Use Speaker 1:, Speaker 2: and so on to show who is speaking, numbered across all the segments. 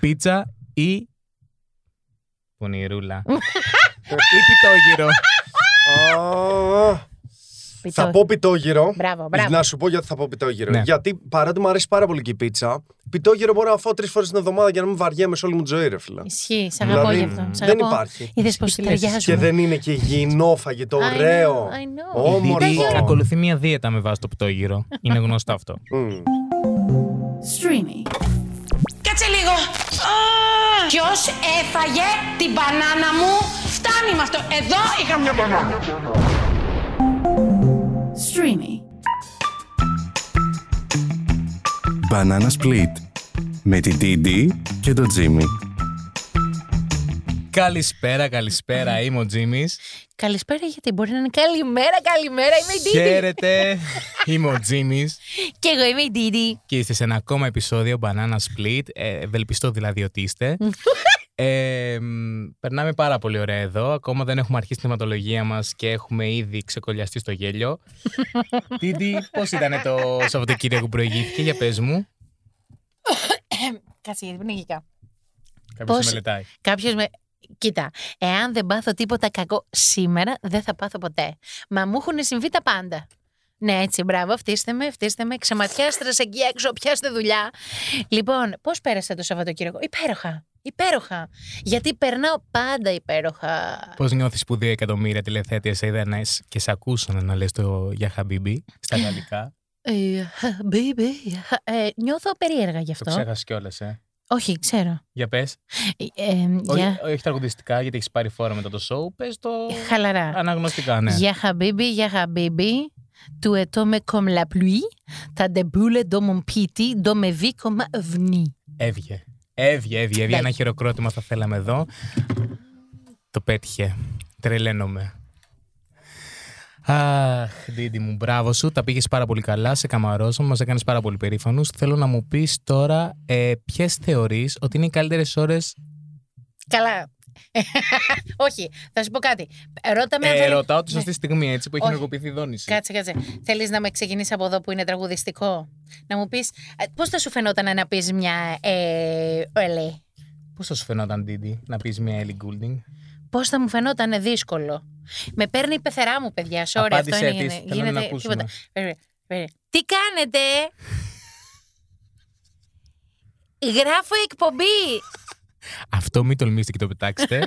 Speaker 1: πίτσα ή. Πονηρούλα. ή πιτόγυρο.
Speaker 2: Α, Θα
Speaker 3: Πιτό.
Speaker 2: πω πιτόγυρο.
Speaker 3: Μπράβο, μπράβο.
Speaker 2: Να σου πω γιατί θα πω πιτόγυρο.
Speaker 1: Ναι.
Speaker 2: Γιατί παρότι μου αρέσει πάρα πολύ και η πίτσα, πιτόγυρο μπορώ να φάω τρεις φορές την εβδομάδα για να μην βαριέμαι σε όλη μου τη ζωή, ρε φίλε.
Speaker 3: Ισχύει, σ' αγαπώ
Speaker 2: Δηλαδή,
Speaker 3: γι' αυτό. Σ'
Speaker 2: δεν
Speaker 3: αγαπώ.
Speaker 2: υπάρχει.
Speaker 3: Είδες πως
Speaker 1: Τι λες,
Speaker 3: ταιριάζουμε.
Speaker 2: Και δεν είναι και υγιεινό φαγητό,
Speaker 3: I know,
Speaker 2: ωραίο.
Speaker 3: I know.
Speaker 1: Η
Speaker 2: Όμορφο.
Speaker 1: δίαιτα Ακολουθεί μια δίαιτα με βάση το πιτόγυρο. Είναι γνωστό αυτό.
Speaker 2: Μμμ.
Speaker 4: Streamy.
Speaker 5: Κάτσε λίγο. Ποιος έφαγε την μπανάνα μου. Φτάνει με αυτό. Εδώ είχα μια μπανάνα.
Speaker 4: Streamy.
Speaker 6: Banana Split με την DD και τον Jimmy.
Speaker 1: Καλησπέρα, καλησπέρα. Είμαι ο Τζίμις.
Speaker 3: Καλησπέρα, γιατί μπορεί να είναι καλημέρα, καλημέρα. Είμαι η Ντίτι.
Speaker 1: Χαίρετε. Είμαι ο Τζίμις
Speaker 3: Και εγώ είμαι η Ντίτι.
Speaker 1: και είστε σε ένα ακόμα επεισόδιο Banana Split. Ε, ευελπιστώ δηλαδή ότι είστε. Ε, μ, περνάμε πάρα πολύ ωραία εδώ. Ακόμα δεν έχουμε αρχίσει τη θεματολογία μας και έχουμε ήδη ξεκολλιαστεί στο γέλιο. Τίντι, πώς ήταν το Σαββατοκύριακο που προηγήθηκε, για πες μου.
Speaker 3: Κάτσε, γιατί πνιγικά.
Speaker 1: Κάποιο
Speaker 3: Πώς-
Speaker 1: μελετάει.
Speaker 3: Κάποιος με. Κοίτα, εάν δεν πάθω τίποτα κακό σήμερα, δεν θα πάθω ποτέ. Μα μου έχουν συμβεί τα πάντα. Ναι, έτσι, μπράβο, φτύστε με, φτύστε με. Ξεματιάστε σα εκεί έξω, πιάστε δουλειά. Λοιπόν, πώς πέρασε το Σαββατοκύριακο, Υπέροχα. Υπέροχα. Γιατί περνάω πάντα υπέροχα.
Speaker 1: Πώς νιώθεις που δύο εκατομμύρια τηλεθέτε σε είδαν και σε ακούσαν να λες το για χαμπίμπι στα γαλλικά.
Speaker 3: Ε, χα, baby, χα, ε, νιώθω περίεργα
Speaker 1: το
Speaker 3: γι' αυτό.
Speaker 1: ξέχασες κιόλας, ε.
Speaker 3: Όχι, ξέρω.
Speaker 1: Για πες.
Speaker 3: Ε, ε, για...
Speaker 1: Όχι, ε, όχι τραγουδιστικά, γιατί έχεις πάρει φόρα μετά το σοου. Πες το.
Speaker 3: Χαλαρά.
Speaker 1: Αναγνωστικά, ναι.
Speaker 3: Για χαμπίμπι, για χαμπίμπι. Tu es tombé comme la pluie, ta déboule dans mon piti, dans mes vies comme vni.
Speaker 1: Έβγε. Έβγε, έβγε, έβγε. Ένα χειροκρότημα θα θέλαμε εδώ. Το πέτυχε. Τρελαίνομαι. Αχ, Ντίντι μου, μπράβο σου. Τα πήγες πάρα πολύ καλά. Σε καμαρώσαμε, μας έκανες πάρα πολύ περήφανους. Θέλω να μου πεις τώρα ε, ποιες θεωρείς ότι είναι οι καλύτερες ώρες.
Speaker 3: Καλά. Όχι, θα σου πω κάτι. Ρώτα με αν
Speaker 1: Ε,
Speaker 3: θέλει-
Speaker 1: ρωτάω τη σωστή στιγμή, έτσι που έχει
Speaker 3: ναι. Όχι.
Speaker 1: ενεργοποιηθεί η δόνηση.
Speaker 3: Κάτσε, κάτσε. Θέλεις να με ξεκινήσεις από εδώ που είναι τραγουδιστικό. Να μου πεις πώς θα σου φαινόταν να πεις μια. Ε, Ελέ.
Speaker 1: Πώς θα σου φαινόταν, Ντίντι, να πεις μια Ellie Goulding.
Speaker 3: Πώς θα μου φαινόταν δύσκολο. Με παίρνει η πεθερά μου, παιδιά. Sorry,
Speaker 1: Απάντησέ
Speaker 3: αυτό είναι.
Speaker 1: της. Θέλω να ακούσουμε.
Speaker 3: Περίμενε, περίμενε. Τι κάνετε, ε? Γράφω εκπομπή.
Speaker 1: Αυτό μην τολμήσετε και το πετάξετε.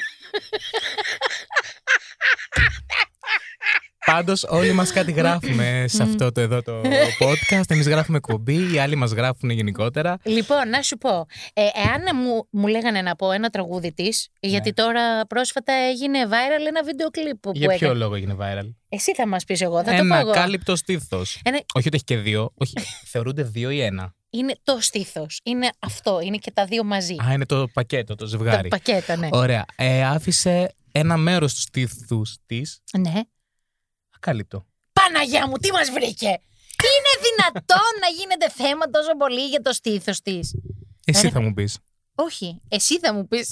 Speaker 1: Πάντως, όλοι μας κάτι γράφουμε σε αυτό το εδώ το podcast. Εμείς γράφουμε εκπομπή, οι άλλοι μας γράφουν γενικότερα.
Speaker 3: Λοιπόν, να σου πω. Ε, εάν μου, μου λέγανε να πω ένα τραγούδι της, γιατί τώρα πρόσφατα έγινε viral ένα βίντεο κλιπ που, που
Speaker 1: Ναι. Για ποιο
Speaker 3: έκανε.
Speaker 1: λόγο
Speaker 3: λόγο.
Speaker 1: έγινε viral.
Speaker 3: Εσύ θα μας πεις εγώ, θα το πω
Speaker 1: Ένα
Speaker 3: εγώ.
Speaker 1: κάλυπτο στήθος.
Speaker 3: Ένα-
Speaker 1: Όχι ότι έχει και δύο. Όχι, θεωρούνται δύο ή ένα.
Speaker 3: Είναι το στήθος. Είναι αυτό. Είναι και τα δύο μαζί.
Speaker 1: Α, είναι το πακέτο, το
Speaker 3: το
Speaker 1: ζευγάρι.
Speaker 3: πακέτο, ναι.
Speaker 1: Ωραία. Ε, άφησε ένα μέρος του στήθους της
Speaker 3: ναι.
Speaker 1: ακάλυπτο.
Speaker 3: Παναγιά μου, τι μας βρήκε! Είναι δυνατόν να γίνεται θέμα τόσο πολύ για το στήθος της.
Speaker 1: Εσύ
Speaker 3: Ωραία.
Speaker 1: θα μου πεις.
Speaker 3: Όχι, εσύ θα μου πεις.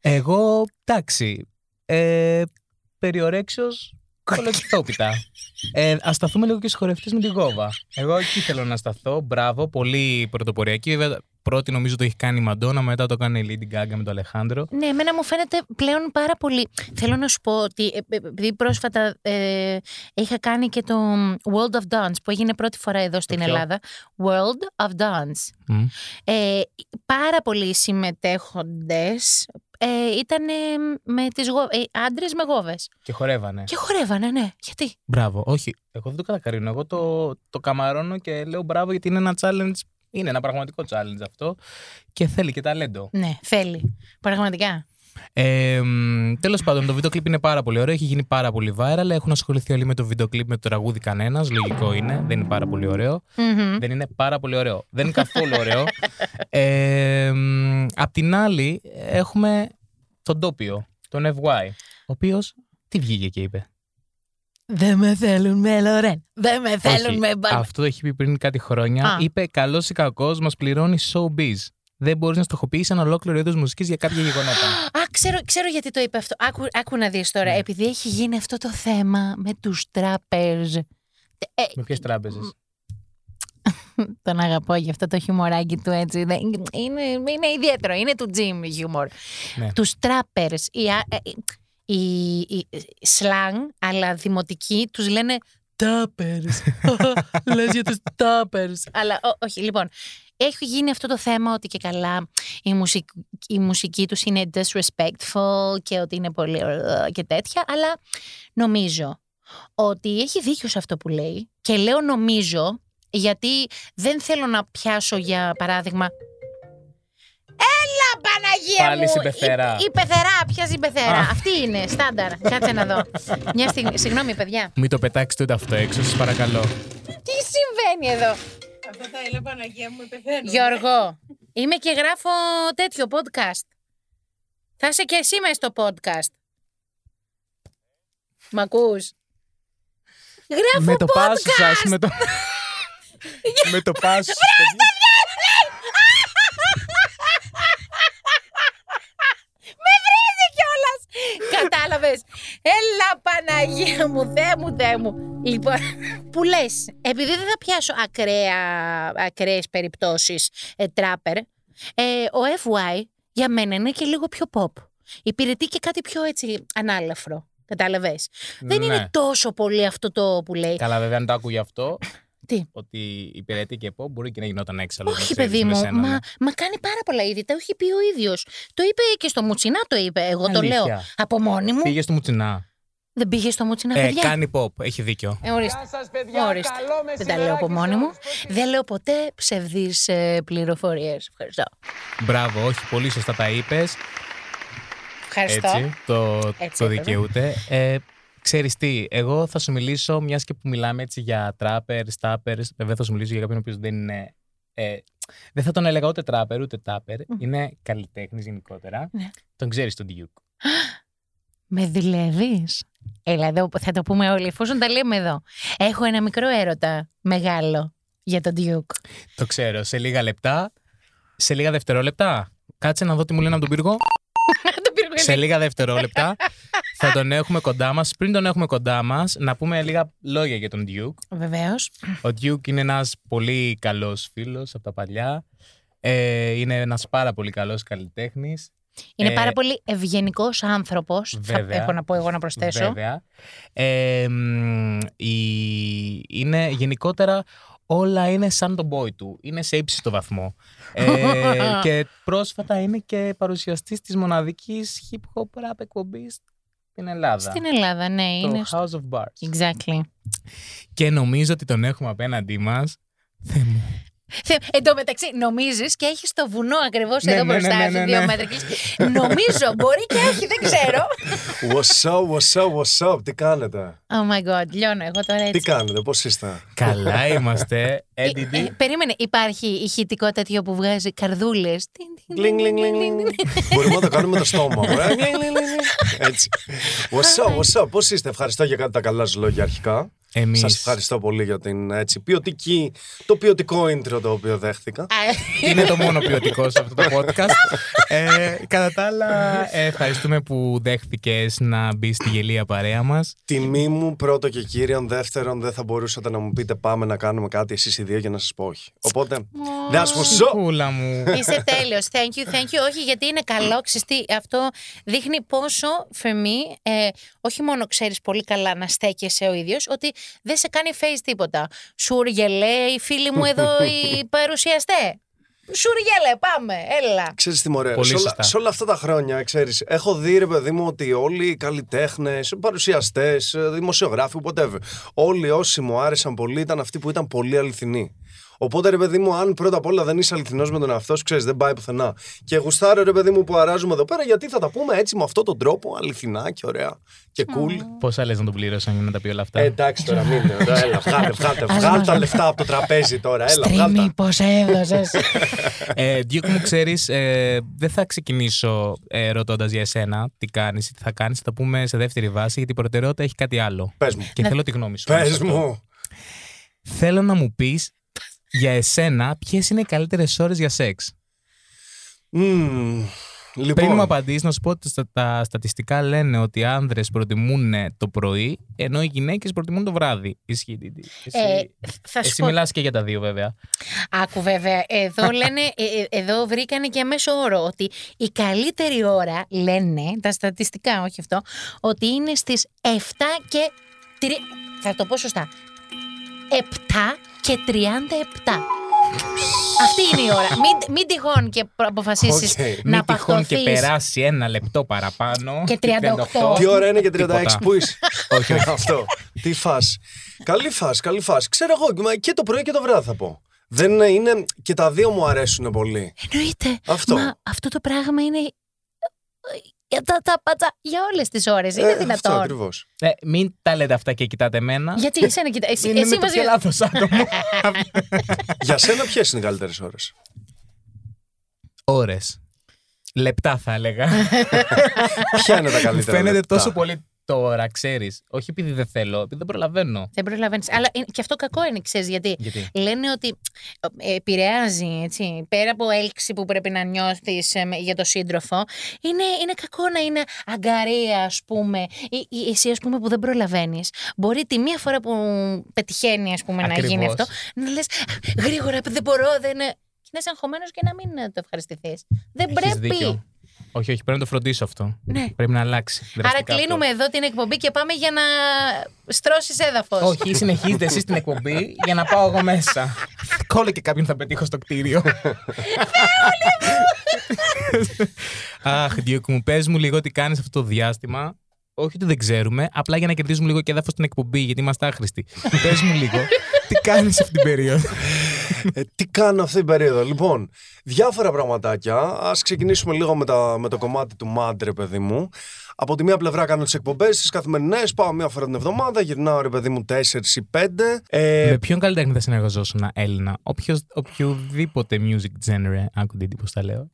Speaker 1: Εγώ, εντάξει. Ε, περιορέξιο κολοκυθόπιτα. Ε, Ας σταθούμε λίγο και στου χορευτές με την κόβα. Εγώ εκεί θέλω να σταθώ. Μπράβο, πολύ πρωτοποριακή. Βέβαια, πρώτη νομίζω το έχει κάνει η Μαντόνα, μετά το κάνει η Lady Gaga με τον Αλεχάνδρο.
Speaker 3: ναι, εμένα μου φαίνεται πλέον πάρα πολύ. Θέλω να σου πω ότι ε, ε, επειδή πρόσφατα ε, είχα κάνει και το World of Dance που έγινε πρώτη φορά εδώ στην
Speaker 1: ποιο?
Speaker 3: Ελλάδα. World of Dance.
Speaker 1: Μμ.
Speaker 3: Ε, πάρα πολλοί συμμετέχοντες ε, ήταν ε, με τις γο... ε, άντρες με γόβες.
Speaker 1: Και χορεύανε.
Speaker 3: Και χορεύανε, ναι. Γιατί.
Speaker 1: Μπράβο, όχι. Εγώ δεν το κατακρίνω. Εγώ το, το καμαρώνω και λέω μπράβο γιατί είναι ένα challenge. Είναι ένα πραγματικό challenge αυτό και θέλει και ταλέντο.
Speaker 3: Ναι, θέλει. Πραγματικά.
Speaker 1: Ε, Τέλος πάντων, το βίντεο κλιπ είναι πάρα πολύ ωραίο. Έχει γίνει πάρα πολύ viral. Έχουν ασχοληθεί όλοι με το βίντεο κλιπ, με το τραγούδι κανένας. Λογικό είναι. Δεν είναι πάρα πολύ ωραίο.
Speaker 3: Μμμ.
Speaker 1: Δεν είναι πάρα πολύ ωραίο. Δεν είναι καθόλου ωραίο. Ε, μ, απ' την άλλη, έχουμε τον Τόπιο, τον FY, ο οποίος τι βγήκε και είπε.
Speaker 3: Δεν με θέλουν με Λορέν. Δεν με θέλουν
Speaker 1: Όχι,
Speaker 3: με Μπαν.
Speaker 1: Αυτό το έχει πει πριν κάτι χρόνια.
Speaker 3: Α.
Speaker 1: Είπε καλός ή κακός, μας πληρώνει showbiz. Δεν μπορείς να στοχοποιήσει ένα ολόκληρο είδος μουσικής για κάποια γεγονότα.
Speaker 3: Α, ξέρω, ξέρω γιατί το είπε αυτό. Άκου, άκου να δεις τώρα. Επειδή έχει γίνει αυτό το θέμα με τους τράπεζ. Ε,
Speaker 1: με ποιες τράπεζες.
Speaker 3: Τον αγαπώ για αυτό το χιουμοράκι του έτσι. Δεν- Είναι, είναι ιδιαίτερο. Είναι του Jim χιούμορ.
Speaker 1: Ναι.
Speaker 3: Τους τράπερς, οι, α- ε, οι, οι slang, αλλά δημοτικοί, τους λένε τάπερς. Λες για τους τάπερς. Αλλά ό, όχι, λοιπόν. Έχει γίνει αυτό το θέμα ότι και καλά η, μουσικ, η μουσική τους είναι disrespectful και ότι είναι πολύ ε, και τέτοια, αλλά νομίζω ότι έχει δίκιο σε αυτό που λέει και λέω νομίζω γιατί δεν θέλω να πιάσω για παράδειγμα Έλα Παναγία
Speaker 1: Πάλι
Speaker 3: μου!
Speaker 1: στην πεθερά.
Speaker 3: Η, η πεθερά, πιάζει η πεθερά.
Speaker 1: Α.
Speaker 3: Αυτή είναι, στάνταρ. Κάτσε να δω. Μια στιγμή, συγγνώμη παιδιά.
Speaker 1: Μην το πετάξετε ούτε αυτό έξω, σας παρακαλώ.
Speaker 3: Τι συμβαίνει εδώ.
Speaker 5: Αυτό θα έλεγα Παναγία μου, πεθαίνω.
Speaker 3: Γιώργο, είμαι και γράφω τέτοιο podcast. Θα είσαι και εσύ μέσα στο podcast. Μ' ακούς? Γράφω
Speaker 1: με το
Speaker 3: podcast.
Speaker 1: πάσο σας, με το. με το πάσο σα.
Speaker 3: Με βρίζει κιόλα! Κατάλαβες. Έλα, Παναγία μου, Θεέ μου, Θεέ μου. Λοιπόν, που λες, επειδή δεν θα πιάσω ακραία, ακραίες περιπτώσεις ε, τράπερ, ε, ο FY για μένα είναι και λίγο πιο pop. Υπηρετεί και κάτι πιο έτσι ανάλαφρο. Κατάλαβες. Δεν
Speaker 1: Ναι.
Speaker 3: είναι τόσο πολύ αυτό το που λέει.
Speaker 1: Καλά, βέβαια, αν το άκουγε αυτό.
Speaker 3: Τι?
Speaker 1: Ότι υπηρετεί και πω, μπορεί και να γινόταν έξαλλο. να
Speaker 3: Όχι,
Speaker 1: ξέρεις,
Speaker 3: παιδί
Speaker 1: με
Speaker 3: μου,
Speaker 1: σένα, ναι.
Speaker 3: μα, μα κάνει πάρα πολλά είδη. Τα έχει πει ο ίδιος. Το είπε και στο Μουτσινά, το είπε. Εγώ το λέω
Speaker 1: Αλήθεια.
Speaker 3: από μόνη μου.
Speaker 1: Πήγε στο μουτσινά.
Speaker 3: Δεν πήγε στο Μουτσινά,
Speaker 1: Ε,
Speaker 3: παιδιά.
Speaker 1: κάνει pop, έχει δίκιο.
Speaker 3: Ε, ορίστε. ορίστε. Δεν τα λέω από μόνη μου. Δεν λέω ποτέ ψευδείς ε, πληροφορίες. Ευχαριστώ.
Speaker 1: Μπράβο, όχι, πολύ σωστά τα είπες.
Speaker 3: Ευχαριστώ.
Speaker 1: Έτσι, το,
Speaker 3: Έτσι
Speaker 1: το
Speaker 3: έπρεπε.
Speaker 1: δικαιούται. Ε, Ξέρεις τι, εγώ θα σου μιλήσω, μιας και που μιλάμε έτσι για τράπερ, τάπερ. Βέβαια, θα σου μιλήσω για κάποιον ο οποίος δεν είναι. Ε, δεν θα τον έλεγα ούτε τράπερ ούτε τάπερ. Είναι καλλιτέχνη γενικότερα.
Speaker 3: Ναι.
Speaker 1: Τον ξέρεις τον Duke.
Speaker 3: Με δουλεύεις. Έλα εδώ, θα το πούμε όλοι, εφόσον τα λέμε εδώ. Έχω ένα μικρό έρωτα μεγάλο για τον Duke.
Speaker 1: Το ξέρω. Σε λίγα λεπτά. Σε λίγα δευτερόλεπτα. Κάτσε να δω τι μου λένε από τον πύργο.
Speaker 3: Το πήρε
Speaker 1: σε λίγα δευτερόλεπτα θα τον έχουμε κοντά μας. Πριν τον έχουμε κοντά μας, να πούμε λίγα λόγια για τον Duke.
Speaker 3: Βεβαίως.
Speaker 1: Ο Duke είναι ένας πολύ καλός φίλος από τα παλιά. Ε, είναι ένας πάρα πολύ καλός καλλιτέχνης.
Speaker 3: Είναι
Speaker 1: Ε,
Speaker 3: πάρα πολύ ευγενικός άνθρωπος, θα
Speaker 1: βέβαια.
Speaker 3: έχω να πω εγώ να προσθέσω.
Speaker 1: Βέβαια. Ε, μ, η- είναι γενικότερα όλα είναι σαν τον boy του. Είναι σε ύψιστο βαθμό. Ε, και πρόσφατα είναι και παρουσιαστής της μοναδικής hip hop rap εκπομπής στην Ελλάδα.
Speaker 3: Στην Ελλάδα, ναι, είναι.
Speaker 1: το
Speaker 3: στο-
Speaker 1: House of Bars.
Speaker 3: Exactly.
Speaker 1: Και νομίζω ότι τον έχουμε απέναντί μας. Θεέ μου.
Speaker 3: Θε- Εν τω μεταξύ, νομίζεις και έχεις το βουνό ακριβώς
Speaker 1: Ναι,
Speaker 3: εδώ
Speaker 1: ναι,
Speaker 3: μπροστά
Speaker 1: ναι,
Speaker 3: σου,
Speaker 1: ναι,
Speaker 3: δύο
Speaker 1: ναι.
Speaker 3: μέτρα. και λες, Νομίζω, μπορεί και όχι, δεν ξέρω.
Speaker 2: What's up, what's up, what's up, τι κάνετε.
Speaker 3: Oh my god, λιώνω εγώ τώρα
Speaker 2: Τι
Speaker 3: έτσι.
Speaker 2: κάνετε, πώς είστε.
Speaker 1: Καλά είμαστε.
Speaker 3: Ε, ε,
Speaker 1: NDD.
Speaker 3: περίμενε, υπάρχει ηχητικό τέτοιο που βγάζει καρδούλες.
Speaker 2: Γκλινγκ, γκλινγκ, γκλινγκ, γκλινγκ. Μπορούμε να το κάνουμε με το στόμα. ωραία. Γκλινγκ, γκλινγκ, γκλινγκ. Έτσι. What's up, what's up, πώς είστε. Ευχαριστώ για κάτι τα καλά σου λόγια αρχικά.
Speaker 1: Εμείς.
Speaker 2: Σας ευχαριστώ πολύ για την έτσι, ποιοτική, το ποιοτικό intro το οποίο δέχτηκα.
Speaker 1: Είναι το μόνο ποιοτικό σε αυτό το podcast. ε, κατά τα άλλα, ε, ευχαριστούμε που δέχτηκες να μπει στη γελία παρέα μας.
Speaker 2: Τιμή μου, πρώτο και κύριον, δεύτερον, δεν θα μπορούσατε να μου πείτε πάμε να κάνουμε κάτι εσείς οι δύο για να σας πω όχι. Οπότε, να σου πω ζω.
Speaker 1: Κούλα μου.
Speaker 3: Είσαι τέλειος. Thank you, thank you. Όχι, γιατί είναι καλό. Ξέρεις τι, αυτό δείχνει πόσο φεμί, ε, όχι μόνο ξέρεις πολύ καλά να στέκεσαι ο ίδιος, ότι δεν σε κάνει face τίποτα. Σουργελέ, οι φίλοι μου εδώ, οι παρουσιαστέ. Σουργελέ, πάμε, έλα.
Speaker 2: Ξέρεις τι μωρέ,
Speaker 1: Πολύ
Speaker 2: σε όλα,
Speaker 1: σωστά.
Speaker 2: σε όλα αυτά τα χρόνια, ξέρεις, έχω δει ρε παιδί μου ότι όλοι οι καλλιτέχνες, παρουσιαστές, ε, δημοσιογράφοι, whatever, όλοι όσοι μου άρεσαν πολύ ήταν αυτοί που ήταν πολύ αληθινοί. Οπότε ρε παιδί μου, αν πρώτα απ' όλα δεν είσαι αληθινός με τον εαυτό σου, ξέρεις, δεν πάει πουθενά. Και γουστάρω ρε παιδί μου που αράζουμε εδώ πέρα, γιατί θα τα πούμε έτσι με αυτόν τον τρόπο, αληθινά και ωραία και cool.
Speaker 1: Πόσα λες να τον πληρώσαν για να τα πει όλα αυτά.
Speaker 2: Ε, εντάξει τώρα, μην είναι. Τώρα, Έλα, βγάλε, βγάλε, βγάλε τα λεφτά από το τραπέζι τώρα. Έλα, βγάλε τα.
Speaker 3: πώ έδωσες.
Speaker 1: ε, Duke μου ξέρεις, ε, δεν θα ξεκινήσω ε, ρωτώντας για εσένα τι κάνεις ή τι θα κάνεις. Θα τα πούμε σε δεύτερη βάση γιατί η προτεραιότητα έχει κάτι άλλο.
Speaker 2: Πες μου.
Speaker 1: Και θέλω τη γνώμη σου.
Speaker 2: Πες μου.
Speaker 1: Θέλω να μου πεις για εσένα ποιες είναι οι καλύτερες ώρες για σεξ.
Speaker 2: Μμμ.
Speaker 1: Πριν μου
Speaker 2: Λοιπόν,
Speaker 1: απαντήσεις, να σου πω ότι στα- τα στατιστικά λένε ότι οι άνδρες προτιμούν ε, το πρωί, ενώ οι γυναίκες προτιμούν το βράδυ. Ισχύει. Ντίντι. Εσύ,
Speaker 3: Ε, θα σου
Speaker 1: εσύ
Speaker 3: πω.
Speaker 1: μιλάς και για τα δύο, βέβαια.
Speaker 3: Άκου βέβαια, εδώ, λένε, ε, ε, εδώ βρήκανε και μέσο όρο ότι η καλύτερη ώρα, λένε, τα στατιστικά όχι αυτό, ότι είναι στις 7 και 3, θα το πω σωστά, 7 και 37. Αυτή είναι η ώρα. Μην, μην τυχόν και προ- αποφασίσεις
Speaker 2: Οκ.
Speaker 3: να
Speaker 1: Μην τυχόν και
Speaker 3: παχθωθείς.
Speaker 1: περάσει ένα λεπτό παραπάνω.
Speaker 3: Και 38.
Speaker 2: Τι ώρα είναι και 36
Speaker 1: Τίποτα.
Speaker 2: που είσαι. Όχι, αυτό. Τι φας. Καλή φας, καλή φας. Ξέρω εγώ μα και το πρωί και το βράδυ θα πω. Δεν είναι, είναι- και τα δύο μου αρέσουν πολύ.
Speaker 3: Εννοείται.
Speaker 2: Αυτό.
Speaker 3: Μα αυτό το πράγμα είναι ε, για τα, τα πατσα- για όλες τις ώρες. Είναι
Speaker 2: Ε, Αυτό
Speaker 3: δυνατόν.
Speaker 2: ακριβώς.
Speaker 1: Ε, μην τα λέτε αυτά και κοιτάτε εμένα. Ε,
Speaker 3: Γιατί εσένα κοιτά, εσύ,
Speaker 1: Είναι
Speaker 3: εσύ
Speaker 1: με το
Speaker 3: μας
Speaker 1: πιο λάθος άτομο.
Speaker 2: Για σένα ποιες είναι οι καλύτερες ώρες.
Speaker 1: Ωρε. Λεπτά θα έλεγα.
Speaker 2: Ποια είναι τα καλύτερα.
Speaker 1: Φαίνεται
Speaker 2: λεπτά?
Speaker 1: τόσο πολύ τώρα, ξέρεις. Όχι επειδή δεν θέλω, επειδή δεν προλαβαίνω.
Speaker 3: Δεν προλαβαίνεις. Αλλά είναι- και αυτό κακό είναι, ξέρεις γιατί.
Speaker 1: Γιατί.
Speaker 3: Λένε ότι ε, επηρεάζει, έτσι, πέρα από έλξη που πρέπει να νιώθεις ε, με- για το σύντροφο, είναι, είναι κακό να είναι αγκαρία, ας πούμε, ή, ή εσύ, ας πούμε, που δεν προλαβαίνεις. Μπορεί τη μία φορά που πετυχαίνει, ας πούμε, να
Speaker 1: Ακριβώς.
Speaker 3: γίνει αυτό, να λες γρήγορα, δεν μπορώ, δεν... ε». Και να είσαι αγχωμένος και να μην ε, το ευχαριστηθείς. Δεν
Speaker 1: Έχεις
Speaker 3: πρέπει.
Speaker 1: δίκιο. Όχι, όχι, πρέπει να το φροντίσω αυτό.
Speaker 3: Ναι.
Speaker 1: Πρέπει να αλλάξει.
Speaker 3: Άρα
Speaker 1: δραστικά
Speaker 3: κλείνουμε εδώ την εκπομπή και πάμε για να στρώσεις έδαφος.
Speaker 1: αυτό. Όχι, συνεχίζετε εσείς την εκπομπή για να πάω εγώ μέσα. Κόλλε και κάποιον θα πετύχω στο κτίριο. Αχ, Διόκ μου, πες μου λίγο τι κάνεις αυτό το διάστημα. Όχι ότι δεν ξέρουμε, απλά για να κερδίζουμε λίγο και έδαφος στην εκπομπή, γιατί είμαστε άχρηστοι. πες μου λίγο, τι κάνεις αυτή την περίοδο.
Speaker 2: Ε, τι κάνω αυτή την περίοδο. Λοιπόν, διάφορα πραγματάκια. Ας ξεκινήσουμε λίγο με, τα, με το κομμάτι του μάντρε, παιδί μου. Από τη μία πλευρά κάνω τις εκπομπές, τις καθημερινές. Πάω μία φορά την εβδομάδα, γυρνάω ρε παιδί μου 4 ή 5. Ε,
Speaker 1: Με ποιον καλλιτέχνη θα συνεργαζόσουν, Έλληνα, Όποιος, οποιοδήποτε music genre. Άκουντε τι πώ τα λέω.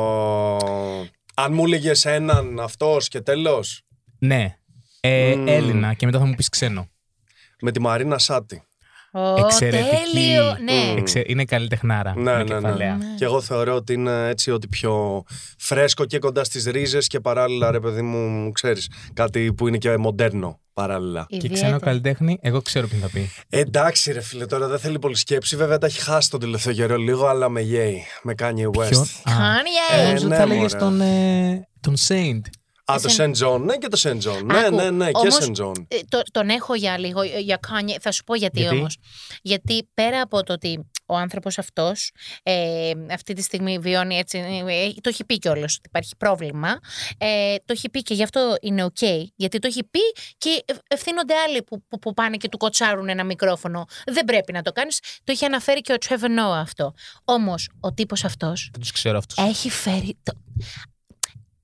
Speaker 2: ο- Αν μου έλεγες έναν αυτός και τέλος.
Speaker 1: Ναι. Ε,
Speaker 2: Μμμ.
Speaker 1: Έλληνα και μετά θα μου πεις ξένο.
Speaker 2: Με τη Μαρίνα Σάτι.
Speaker 3: Ω,
Speaker 1: Εξαιρετική.
Speaker 3: τέλειο. Ναι.
Speaker 1: Εξε- είναι καλλιτεχνάρα.
Speaker 2: Ναι,
Speaker 1: με
Speaker 2: ναι, ναι.
Speaker 1: κεφαλαία.
Speaker 2: Και εγώ θεωρώ ότι είναι έτσι ότι πιο φρέσκο και κοντά στις ρίζες και παράλληλα, ρε παιδί μου, ξέρεις. Κάτι που είναι και μοντέρνο παράλληλα.
Speaker 1: Και
Speaker 3: Ιδιαίτερα.
Speaker 1: ξένο καλλιτέχνη, εγώ ξέρω ποιον θα πει.
Speaker 2: Εντάξει, ρε φίλε, τώρα δεν θέλει πολύ σκέψη. Βέβαια τα έχει χάσει τον τελευταίο καιρό λίγο, αλλά με γέι. Με κάνει West.
Speaker 1: Ποιον. Α,
Speaker 3: Kanye.
Speaker 2: Ε,
Speaker 1: Νομίζω ότι
Speaker 2: ναι,
Speaker 1: θα έλεγε
Speaker 2: μωρέ.
Speaker 1: τον, ε, τον Saint.
Speaker 2: Α, το Σεντ Τζον. Ναι, και το Σεντ Τζον. Ναι,
Speaker 3: Άκου,
Speaker 2: ναι, ναι, και
Speaker 3: όμως,
Speaker 2: Σεντ Τζον.
Speaker 3: ε, το- τον έχω για λίγο, ε, για Kanye. Θα σου πω γιατί,
Speaker 1: Γιατί?
Speaker 3: όμως. Γιατί πέρα από το ότι ο άνθρωπος αυτός ε, αυτή τη στιγμή βιώνει έτσι, ε, το έχει πει κιόλας ότι υπάρχει πρόβλημα, ε, το έχει πει και γι' αυτό είναι οκ, γιατί το έχει πει και ευ- ευθύνονται άλλοι που, που, που πάνε και του κοτσάρουν ένα μικρόφωνο. Δεν πρέπει να το κάνεις. Το είχε αναφέρει και ο Trevor Noah αυτό. Όμως, ο τύπος αυτός
Speaker 1: Δεν τους ξέρω αυτούς.
Speaker 3: έχει φέρει. Το...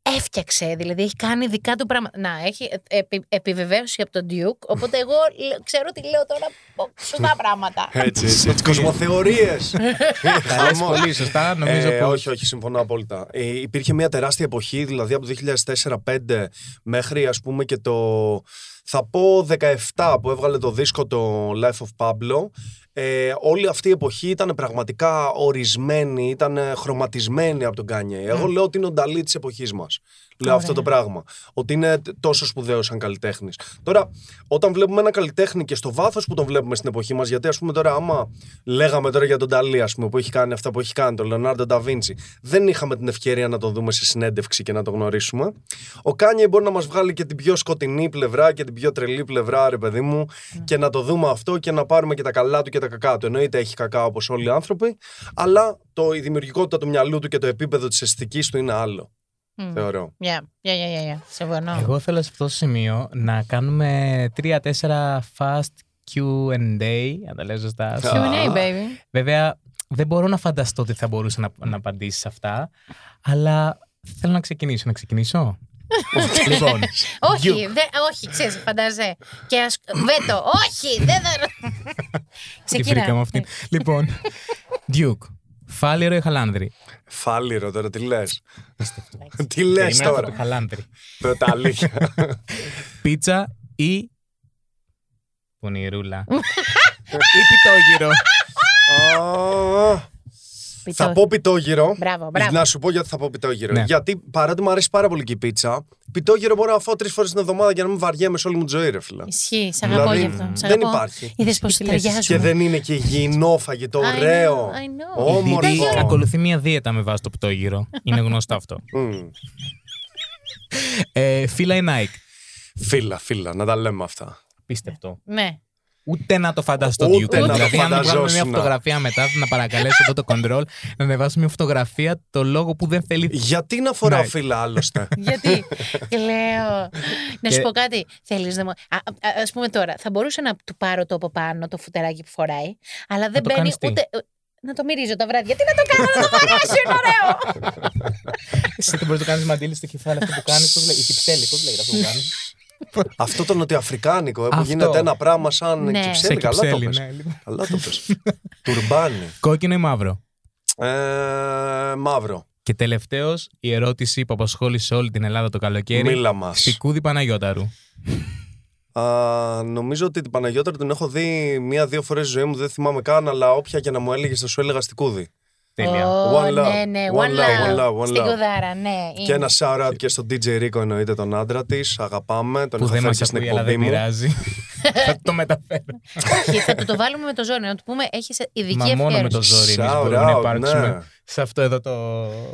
Speaker 3: Έφτιαξε, δηλαδή έχει κάνει δικά του πράγματα. Να, έχει επι- επιβεβαίωση από τον Duke, οπότε εγώ λέ- ξέρω ότι λέω τώρα πο- σωστά πράγματα.
Speaker 2: Έτσι, έτσι. έτσι Κοσμοθεωρίε.
Speaker 3: Ε,
Speaker 1: Τα λες πολύ σωστά, νομίζω
Speaker 2: Ε,
Speaker 1: πως-
Speaker 2: όχι, όχι, συμφωνώ απόλυτα. Ε, υπήρχε μια τεράστια εποχή, δηλαδή από το 2004-5 μέχρι ας πούμε και το. Θα πω 17 που έβγαλε το δίσκο το Life of Pablo. Ε, όλη αυτή η εποχή ήταν πραγματικά ορισμένη, ήταν ε, χρωματισμένη από τον Κάνιε. Εγώ λέω ότι είναι ο Νταλή της εποχής μας. Λέω αυτό το πράγμα. Ότι είναι τ- τόσο σπουδαίος σαν καλλιτέχνης. Τώρα, όταν βλέπουμε ένα καλλιτέχνη και στο βάθος που τον βλέπουμε στην εποχή μας, γιατί ας πούμε τώρα, άμα λέγαμε τώρα για τον Νταλή, ας πούμε, που έχει κάνει αυτά που έχει κάνει, τον Λεωνάρντο Νταβίντσι, δεν είχαμε την ευκαιρία να τον δούμε σε συνέντευξη και να τον γνωρίσουμε. Ο Κάνιε μπορεί να μας βγάλει και την πιο σκοτεινή πλευρά και την πιο τρελή πλευρά, ρε παιδί μου, και να το δούμε αυτό και να πάρουμε και τα καλά του και τα κακά του. Εννοείται έχει κακά όπως όλοι οι άνθρωποι, αλλά το, η δημιουργικότητα του μυαλού του και το επίπεδο της αισθητικής του είναι άλλο.
Speaker 3: Mm.
Speaker 2: Θεωρώ.
Speaker 3: Γεια, γεια, γεια, γεια, γεια. Συμφωνώ.
Speaker 1: Ε, Εγώ θέλω σε αυτό το σημείο να κάνουμε 3-4 fast QA. Αν τα λέω σωστά.
Speaker 3: Q&A, baby.
Speaker 1: Βέβαια, δεν μπορώ να φανταστώ τι θα μπορούσε να, να απαντήσεις σε αυτά, αλλά θέλω να ξεκινήσω. Να ξεκινήσω. λοιπόν,
Speaker 3: όχι,
Speaker 1: Duke.
Speaker 3: δε, όχι, ξέρεις, φαντάζε. Και ας, βέτο, όχι, δεν θα...
Speaker 1: Τι βρήκαμε αυτή. λοιπόν, Duke. Φάληρο ή χαλάνδρη.
Speaker 2: Φάληρο τώρα, τι λες. τι λες
Speaker 1: Περίμενα θα πω
Speaker 2: τώρα.
Speaker 1: χαλάνδρη.
Speaker 2: Το- Τα αλήθεια.
Speaker 1: Πίτσα ή. Πονηρούλα. ή πιτόγυρο.
Speaker 2: Α,
Speaker 3: Πιτό.
Speaker 2: Θα πω πιτόγυρο.
Speaker 3: Μπράβο, μπράβο.
Speaker 2: Να σου πω γιατί θα πω πιτόγυρο.
Speaker 1: Ναι.
Speaker 2: Γιατί παρότι μου αρέσει πάρα πολύ και η πίτσα, πιτόγυρο μπορώ να φάω τρεις φορές την εβδομάδα για να μην βαριέμαι σε όλη μου τη ζωή, ρε φίλε.
Speaker 3: Ισχύει, σ' αγαπώ
Speaker 2: Δηλαδή,
Speaker 3: γι' αυτό. Σ'
Speaker 2: δεν
Speaker 3: αγαπώ.
Speaker 2: υπάρχει.
Speaker 3: Είδες πως
Speaker 1: Και τι λες,
Speaker 2: Και
Speaker 3: ταιριάζουμε.
Speaker 2: δεν είναι και υγιεινό φαγητό,
Speaker 3: I know,
Speaker 2: ωραίο.
Speaker 3: I know.
Speaker 1: Η Δίδη
Speaker 2: Όμορφο.
Speaker 1: ακολουθεί μία δίαιτα με βάση το πτώγυρο. Είναι γνωστό αυτό.
Speaker 2: Μμμ.
Speaker 1: Ε, φίλα η Nike.
Speaker 2: Φίλα, φίλα, να τα λέμε αυτά.
Speaker 1: Πίστευτο.
Speaker 3: Ναι.
Speaker 1: Ούτε να το φανταστώ
Speaker 2: Ούτε
Speaker 1: Duke.
Speaker 2: να το
Speaker 1: Δηλαδή, αν μου βγάλουν μια
Speaker 2: φανταζόσουν.
Speaker 1: φωτογραφία μετά, να παρακαλέσω εδώ το control να ανεβάσω μια φωτογραφία το λόγο που δεν θέλει.
Speaker 2: Γιατί να φοράω
Speaker 1: Ναι.
Speaker 2: φίλα άλλωστε.
Speaker 3: Γιατί, λέω. να σου
Speaker 1: Και-
Speaker 3: πω κάτι. Θέλεις να μου. Α, α ας πούμε τώρα, θα μπορούσα να του πάρω το από πάνω το φουτεράκι που φοράει, αλλά δεν
Speaker 1: το
Speaker 3: μπαίνει
Speaker 1: κάνεις τι?
Speaker 3: ούτε. ε, Να το μυρίζω τα βράδια. Τι να το κάνω, να το βαρέσω, είναι ωραίο.
Speaker 1: Εσύ δεν μπορείς να κάνεις μαντήλη στο κεφάλι αυτό που κάνεις. Πώς λέει, η κυψέλη, πώς λέγεται αυτό που κάνεις.
Speaker 2: Αυτό το νοτιοαφρικάνικο ε, που
Speaker 1: Αυτό.
Speaker 2: γίνεται ένα πράγμα σαν
Speaker 3: Ναι.
Speaker 2: κυψέλη. Καλά το πες. Καλά το πες. Τουρμπάνι.
Speaker 1: ναι, λοιπόν. Κόκκινο ή μαύρο.
Speaker 2: Ε, μαύρο.
Speaker 1: Και τελευταίος, η ερώτηση που απασχόλησε όλη την Ελλάδα το καλοκαίρι.
Speaker 2: Μίλα μας.
Speaker 1: Στικούδη Παναγιώταρου.
Speaker 2: Νομίζω ότι την Παναγιώτα την έχω δει μία-δύο φορές ζωή μου, δεν θυμάμαι καν, αλλά όποια και να μου έλεγε θα σου έλεγα στικούδι.
Speaker 1: Τέλεια.
Speaker 3: Ω,
Speaker 2: One love,
Speaker 3: Ναι, ναι,
Speaker 2: one
Speaker 3: one
Speaker 2: love, one love,
Speaker 3: love.
Speaker 2: one
Speaker 3: Στην
Speaker 2: love.
Speaker 3: κουδάρα, ναι.
Speaker 2: Και
Speaker 3: είναι.
Speaker 2: ένα shout out και στον DJ Rico εννοείται τον άντρα της. Αγαπάμε, τον
Speaker 1: Που
Speaker 2: είχα
Speaker 1: δεν μα
Speaker 2: φέρει και στην
Speaker 1: ακούει, αλλά
Speaker 2: εκπομπή
Speaker 1: δεν
Speaker 2: μου.
Speaker 1: πειράζει. Θα το μεταφέρω.
Speaker 3: Όχι, θα του το βάλουμε με το ζώνη, να του πούμε έχεις ειδική
Speaker 1: Μα μόνο με
Speaker 3: ευκαιρία.
Speaker 1: το ζόρι εμείς
Speaker 2: Shout
Speaker 1: μπορούμε να
Speaker 2: out,
Speaker 1: υπάρξουμε
Speaker 2: ναι.
Speaker 1: σε αυτό εδώ το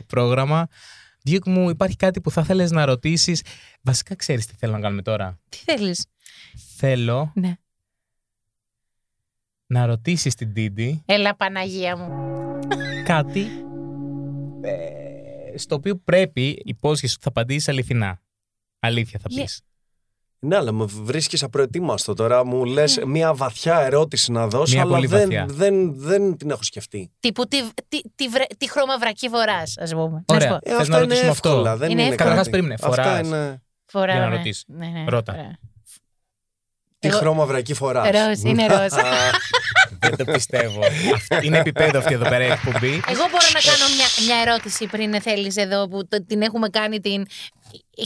Speaker 1: πρόγραμμα. Διούκ μου, υπάρχει κάτι που θα θέλεις να ρωτήσεις. Βασικά ξέρεις τι θέλω να κάνουμε τώρα.
Speaker 3: Τι θέλεις.
Speaker 1: Θέλω
Speaker 3: Ναι.
Speaker 1: να ρωτήσεις την Τίντι
Speaker 3: Έλα, Παναγία μου.
Speaker 1: κάτι ε, στο οποίο πρέπει υπόσχεση ότι θα απαντήσεις αληθινά. Αλήθεια θα
Speaker 3: Γε-
Speaker 1: πεις.
Speaker 2: Ναι, αλλά με βρίσκεις απροετοίμαστο τώρα. Μου λες μία βαθιά ερώτηση να δώσω,
Speaker 1: Ναι. Μία
Speaker 2: αλλά
Speaker 1: πολύ
Speaker 2: δεν,
Speaker 1: βαθιά.
Speaker 2: δεν, δεν την έχω σκεφτεί.
Speaker 3: Τύπου τι, τι, τι, βρε- τι χρώμα βρακή φοράς, ας πούμε. Να σου
Speaker 1: Ωραία.
Speaker 3: πω.
Speaker 2: Ε,
Speaker 1: Θες
Speaker 2: αυτά
Speaker 1: να
Speaker 2: είναι
Speaker 1: ρωτήσουμε αυτό.
Speaker 2: εύκολα. Δεν
Speaker 3: Είναι
Speaker 2: είναι,
Speaker 3: εύκολα.
Speaker 2: κάτι.
Speaker 1: Καταρχάς, περίμενε,
Speaker 2: Αυτά
Speaker 1: φοράς.
Speaker 2: είναι.
Speaker 3: Φορά,
Speaker 1: Για να
Speaker 3: ναι.
Speaker 1: ρωτήσεις.
Speaker 3: Ναι, ναι,
Speaker 1: Ρώτα.
Speaker 3: φορά.
Speaker 2: Τι
Speaker 3: Εγώ-
Speaker 2: χρώμα βρακή φοράς.
Speaker 3: Ροζ, είναι ροζ.
Speaker 1: Δεν το πιστεύω. Αυτή- Είναι επίπεδο αυτή εδώ πέρα η εκπομπή.
Speaker 3: Εγώ μπορώ να κάνω μια, μια ερώτηση πριν θέλεις εδώ που το- την έχουμε κάνει την.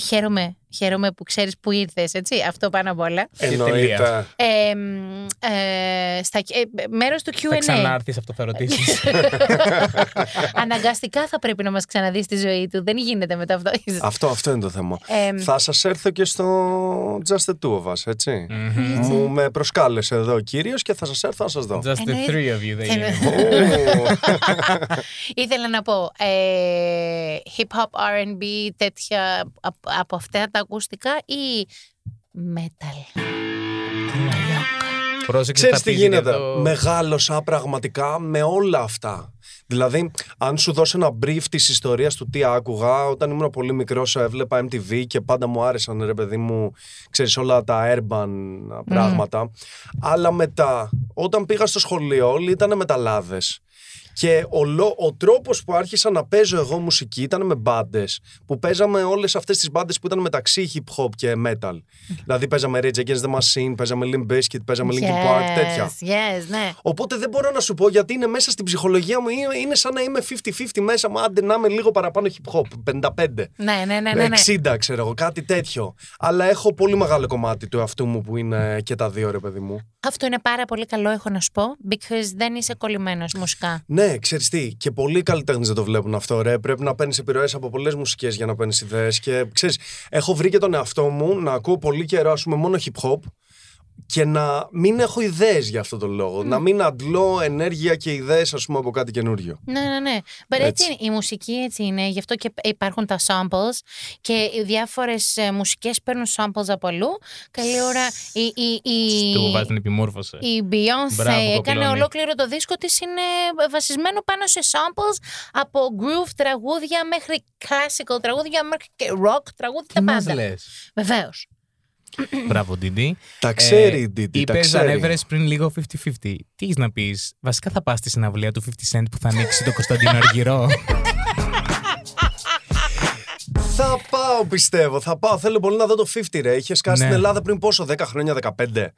Speaker 3: Χαίρομαι, χαίρομαι που ξέρεις που ήρθες, έτσι. Αυτό πάνω απ' όλα.
Speaker 2: Εννοείται.
Speaker 3: Ε, μ, ε, στα, ε, μέρος του
Speaker 1: Θα
Speaker 3: QA.
Speaker 1: ξανάρθεις αυτό που θα ρωτήσεις.
Speaker 3: Αναγκαστικά θα πρέπει να μας ξαναδείς τη ζωή του. Δεν γίνεται μετά αυτό.
Speaker 2: Αυτό, αυτό είναι το θέμα.
Speaker 3: Ε,
Speaker 2: Θα σας έρθω και στο Just the Two of Us, έτσι.
Speaker 1: Μμμ.
Speaker 2: Μου με προσκάλεσε εδώ ο κύριος και θα σας έρθω να σας δω.
Speaker 1: Just the
Speaker 3: Εννοείται.
Speaker 1: three of you. δεν
Speaker 3: Εννοείται.
Speaker 1: είναι.
Speaker 2: Ω,
Speaker 3: Ήθελα να πω, ε, hip-hop, R&B, τέτοια, από, από αυτά τα ακουστικά ή metal.
Speaker 1: Πρόσεξε
Speaker 2: Ξέρεις
Speaker 1: τα
Speaker 2: τι
Speaker 1: πήγαινε
Speaker 2: γίνεται.
Speaker 1: εδώ.
Speaker 2: Μεγάλωσα πραγματικά με όλα αυτά. Δηλαδή, αν σου δώσω ένα brief της ιστορίας του τι άκουγα, όταν ήμουν πολύ μικρός, έβλεπα MTV και πάντα μου άρεσαν, ρε παιδί μου, ξέρεις όλα τα urban πράγματα. Αλλά μετά, όταν πήγα στο σχολείο, όλοι ήταν μεταλλάδε. Και ο, λο- ο τρόπος που άρχισα να παίζω εγώ μουσική ήταν με μπάντες. Που παίζαμε όλες αυτές τις μπάντες που ήταν μεταξύ hip hop και metal. δηλαδή παίζαμε Rage Against the Machine, παίζαμε Limp Bizkit, παίζαμε Linkin Park, τέτοια.
Speaker 3: Yes, yes, ναι.
Speaker 2: Οπότε δεν μπορώ να σου πω γιατί είναι μέσα στην ψυχολογία μου. Είναι, είναι σαν να είμαι 50-50 μέσα μου. Άντε να είμαι λίγο παραπάνω hip hop. 55.
Speaker 3: Ναι, ναι, ναι, ναι, ναι.
Speaker 2: 60, ξέρω εγώ, κάτι τέτοιο. Αλλά έχω πολύ μεγάλο κομμάτι του εαυτού μου που είναι και τα δύο, ρε παιδί μου.
Speaker 3: Αυτό είναι πάρα πολύ καλό, έχω να σου πω, because δεν είσαι κολλημένος μουσικά.
Speaker 2: Ναι, ξέρεις τι. Και πολλοί καλλιτέχνες δεν το βλέπουν αυτό, ρε. Πρέπει να παίρνεις επιρροές από πολλές μουσικές για να παίρνεις ιδέες. Και ξέρεις, έχω βρει και τον εαυτό μου να ακούω πολύ καιρό, ας πούμε, μόνο hip hop και να μην έχω ιδέες για αυτόν τον λόγο. Να μην αντλώ ενέργεια και ιδέες, ας πούμε, από κάτι καινούριο.
Speaker 3: Ναι, ναι, ναι. But
Speaker 2: Έτσι.
Speaker 3: έτσι. είναι, η μουσική έτσι είναι, γι' αυτό και υπάρχουν τα samples και οι διάφορες ε, μουσικές παίρνουν samples από αλλού. Καλή ώρα η... η, η...
Speaker 1: Του βάζει την επιμόρφωση.
Speaker 3: Η Beyoncé
Speaker 1: Μπράβο,
Speaker 3: έκανε
Speaker 1: Κοπηλώνη.
Speaker 3: ολόκληρο το δίσκο της είναι βασισμένο πάνω σε samples από groove τραγούδια μέχρι classical τραγούδια μέχρι και rock τραγούδια τα
Speaker 1: μας
Speaker 3: πάντα.
Speaker 1: λες.
Speaker 3: Βεβαίως.
Speaker 1: Μπράβο, Ντίντι.
Speaker 2: Τα ξέρει
Speaker 1: Ε,
Speaker 2: η Ντίτη, τα
Speaker 1: Είπες,
Speaker 2: ξέρει.
Speaker 1: ανέφερες πριν λίγο 50-50. Τι έχεις να πεις, Βασικά θα πας στη συναυλία του 50 Cent που θα ανοίξει το Κωνσταντίνο Αργυρό.
Speaker 2: Θα πάω, πιστεύω. Θα πάω. Θέλω πολύ να δω το 50, ρε. Είχες σκάσει
Speaker 1: Ναι.
Speaker 2: στην Ελλάδα πριν πόσο, 10 χρόνια, 15.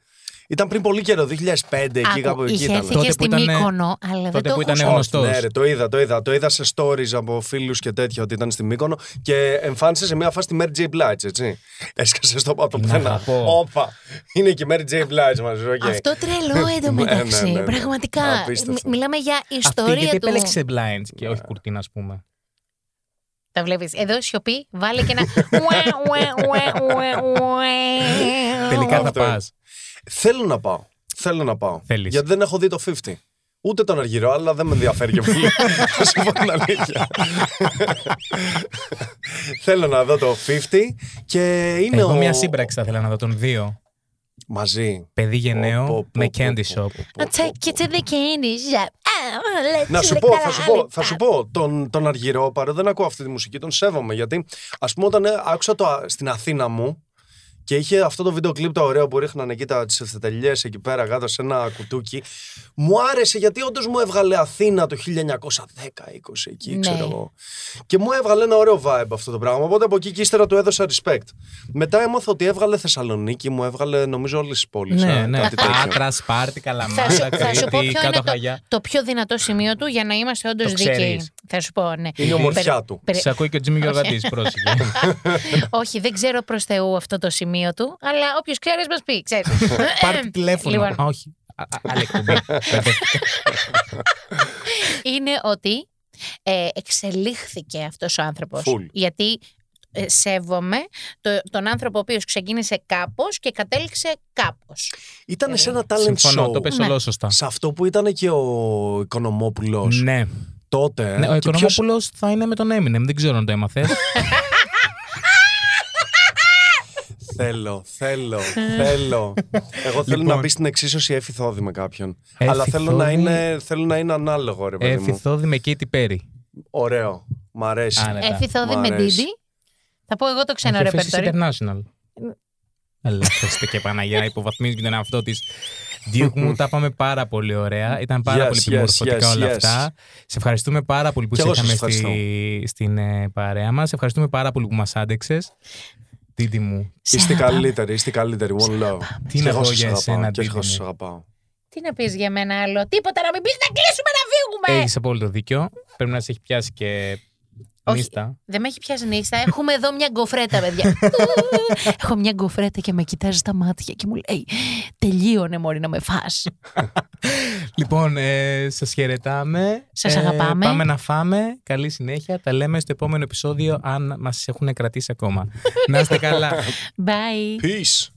Speaker 2: Ήταν πριν πολύ καιρό, 2005 εκεί
Speaker 3: Άκου,
Speaker 2: κάπου εκεί
Speaker 3: είχε
Speaker 2: ήταν.
Speaker 3: έρθει
Speaker 1: Τότε
Speaker 3: και
Speaker 1: που
Speaker 3: στην
Speaker 1: ήτανε-
Speaker 3: Μύκονο, αλλά δεν
Speaker 1: τότε
Speaker 3: το
Speaker 1: που ήτανε
Speaker 3: ακούσαμε.
Speaker 1: γνωστός. γνωστός.
Speaker 2: Ναι, ρε, το είδα, το είδα. Το είδα σε stories από φίλους και τέτοια ότι ήταν στη Μύκονο και εμφάνισε σε μια φάση τη Mary J. Blige, έτσι. Έσκασε στο πάτο
Speaker 1: Να τα
Speaker 2: πουθενά.
Speaker 1: πω.
Speaker 2: Όπα! Είναι και η Mary J. Blige μαζί, οκ.
Speaker 3: Αυτό τρελό εντωμεταξύ.
Speaker 2: Ναι, ναι, ναι, ναι.
Speaker 3: Πραγματικά.
Speaker 2: Απίστευτο.
Speaker 3: Μι- Μιλάμε για
Speaker 1: Αυτή
Speaker 3: ιστορία
Speaker 1: γιατί
Speaker 3: του.
Speaker 1: επέλεξε blind και όχι κουρτίνα, ας πούμε.
Speaker 3: Τα βλέπεις. Εδώ σιωπή, βάλε και ένα. ουε, ουε, ουε, ουε, ουε.
Speaker 1: Τελικά θα
Speaker 2: Αυτό είναι.
Speaker 1: πας.
Speaker 2: Θέλω να πάω. Θέλω να πάω.
Speaker 1: Θέλεις.
Speaker 2: Γιατί δεν έχω δει το 50. Ούτε τον Αργυρό, αλλά δεν με ενδιαφέρει και πολύ. Θα σου πω την αλήθεια. Θέλω να δω το 50 και είναι
Speaker 1: Εγώ
Speaker 2: ο...
Speaker 1: μια σύμπραξη θα ήθελα να δω των δύο.
Speaker 2: Μαζί.
Speaker 1: Παιδί
Speaker 2: Πω, πω,
Speaker 1: γενναίο
Speaker 2: πω,
Speaker 1: με
Speaker 2: πω,
Speaker 1: candy
Speaker 2: πω,
Speaker 1: shop.
Speaker 2: πω, πω,
Speaker 3: I'll take you to the candy shop. Ah, let's
Speaker 2: Να σου
Speaker 3: lick
Speaker 2: πω,
Speaker 3: that
Speaker 2: θα σου πω, θα
Speaker 3: lollipop.
Speaker 2: σου πω τον, τον Αργυρό, παρότι δεν ακούω αυτή τη μουσική, τον σέβομαι. Γιατί, ας πούμε, όταν ε, άκουσα το, α- στην Αθήνα μου και είχε αυτό το βίντεο κλειπ το ωραίο που ρίχνανε εκεί τι ευθετελιέ εκεί πέρα, γάτο σε ένα κουτούκι. Μου άρεσε γιατί όντως μου έβγαλε Αθήνα το 1910-20 εκεί,
Speaker 3: Ναι.
Speaker 2: ξέρω εγώ. Και μου έβγαλε ένα ωραίο vibe αυτό το πράγμα. Οπότε από εκεί και ύστερα του έδωσα respect. Μετά έμαθα ότι έβγαλε Θεσσαλονίκη, μου έβγαλε νομίζω όλες τις πόλεις.
Speaker 1: Ναι, ναι.
Speaker 2: Κάτι τέτοιο.
Speaker 1: Πάτρα, Σπάρτη,
Speaker 3: Θα σου,
Speaker 1: Καλαμάτα,
Speaker 3: θα σου
Speaker 1: Κρήτη,
Speaker 3: πω ποιο είναι
Speaker 1: κάτω
Speaker 3: το,
Speaker 1: χαγιά.
Speaker 3: το πιο δυνατό σημείο του για να είμαστε όντως
Speaker 1: Το
Speaker 3: δίκαιοι.
Speaker 1: ξέρεις.
Speaker 3: Θα σου πω, ναι.
Speaker 2: Είναι η ομορφιά του.
Speaker 3: Περι-
Speaker 1: Σε ακούει και ο Τζίμι Γιωργαντή, πρόσεχε.
Speaker 3: Όχι, δεν ξέρω προς Θεού αυτό το σημείο του, αλλά όποιος ξέρει μας πει, ξέρεις.
Speaker 1: Πάρε τη τηλέφωνο.
Speaker 3: Ε, Λοιπόν.
Speaker 1: Α, Όχι. Α, α, Άλλη εκπομπή.
Speaker 3: είναι ότι ε, εξελίχθηκε αυτός ο άνθρωπος.
Speaker 2: Full.
Speaker 3: Γιατί ε, σέβομαι το, τον άνθρωπο ο οποίος ξεκίνησε κάπως και κατέληξε κάπως.
Speaker 2: Ήταν σε ένα talent
Speaker 1: Ε, Συμφωνώ,
Speaker 2: show.
Speaker 1: το πες
Speaker 3: Ναι.
Speaker 1: όλο σωστά.
Speaker 2: Σε αυτό που ήταν και ο Οικονομόπουλος
Speaker 1: Ναι.
Speaker 2: τότε.
Speaker 1: Ναι, ο
Speaker 2: Ε, και ποιος-
Speaker 1: Οικονομόπουλος θα είναι με τον Eminem. Δεν ξέρω αν το έμαθες.
Speaker 2: Θέλω, θέλω, θέλω. Εγώ θέλω
Speaker 1: Λοιπόν.
Speaker 2: να μπει στην εξίσωση εφηθόδη με κάποιον.
Speaker 1: Έφη
Speaker 2: Αλλά θέλω να,
Speaker 1: Θόδη.
Speaker 2: είναι, θέλω να είναι ανάλογο, ρε παιδί μου.
Speaker 1: Εφηθόδη ναι. με Katy Perry.
Speaker 2: Ωραίο. Μ' αρέσει.
Speaker 1: Άνετα.
Speaker 3: Ε, Θηθόδη
Speaker 2: Μ'
Speaker 3: με
Speaker 2: αρέσει.
Speaker 3: Ντίντι. Θα πω εγώ το ξένο
Speaker 1: Έχει φύσεις
Speaker 3: ρεπερτορι.
Speaker 1: International. Αλλά ευχαριστώ και Παναγία, υποβαθμίζει και τον εαυτό της. Duke μου, τα πάμε πάρα πολύ ωραία. Ήταν πάρα
Speaker 2: Yes,
Speaker 1: πολύ
Speaker 2: yes,
Speaker 1: επιμορφωτικά
Speaker 2: yes,
Speaker 1: όλα
Speaker 2: yes.
Speaker 1: αυτά. Σε ευχαριστούμε πάρα πολύ που
Speaker 2: Κι
Speaker 1: σε
Speaker 2: εγώ σας
Speaker 1: είχαμε στη,
Speaker 2: ευχαριστώ.
Speaker 1: στην ε, παρέα μας. Σε ευχαριστούμε πάρα πολύ που μας άντεξες. Τίτι μου.
Speaker 2: Είστε οι καλύτεροι, είστε οι καλύτεροι. One love.
Speaker 1: Τι να
Speaker 2: Και εγώ
Speaker 1: πω
Speaker 2: σας
Speaker 1: για
Speaker 2: αγαπάω,
Speaker 1: εσένα,
Speaker 2: Και εγώ
Speaker 1: Ντίντι
Speaker 2: σας
Speaker 1: μου.
Speaker 2: αγαπάω.
Speaker 3: Τι να πεις για μένα άλλο. Τίποτα να μην πεις να κλείσουμε να φύγουμε.
Speaker 1: Έχεις απόλυτο δίκιο. Πρέπει να σε έχει πιάσει και
Speaker 3: Όχι.
Speaker 1: νύστα.
Speaker 3: Δεν με έχει πιάσει νύχτα. Έχουμε εδώ μια γκοφρέτα, παιδιά. Έχω μια γκοφρέτα και με κοιτάζει στα μάτια και μου λέει Τελείωνε, Μωρή, να με φας.
Speaker 1: Λοιπόν, ε, σας χαιρετάμε. Ε,
Speaker 3: Σας αγαπάμε.
Speaker 1: Πάμε να φάμε. Καλή συνέχεια. Τα λέμε στο επόμενο επεισόδιο, αν μας έχουν κρατήσει ακόμα. να είστε καλά.
Speaker 3: Bye.
Speaker 2: Peace.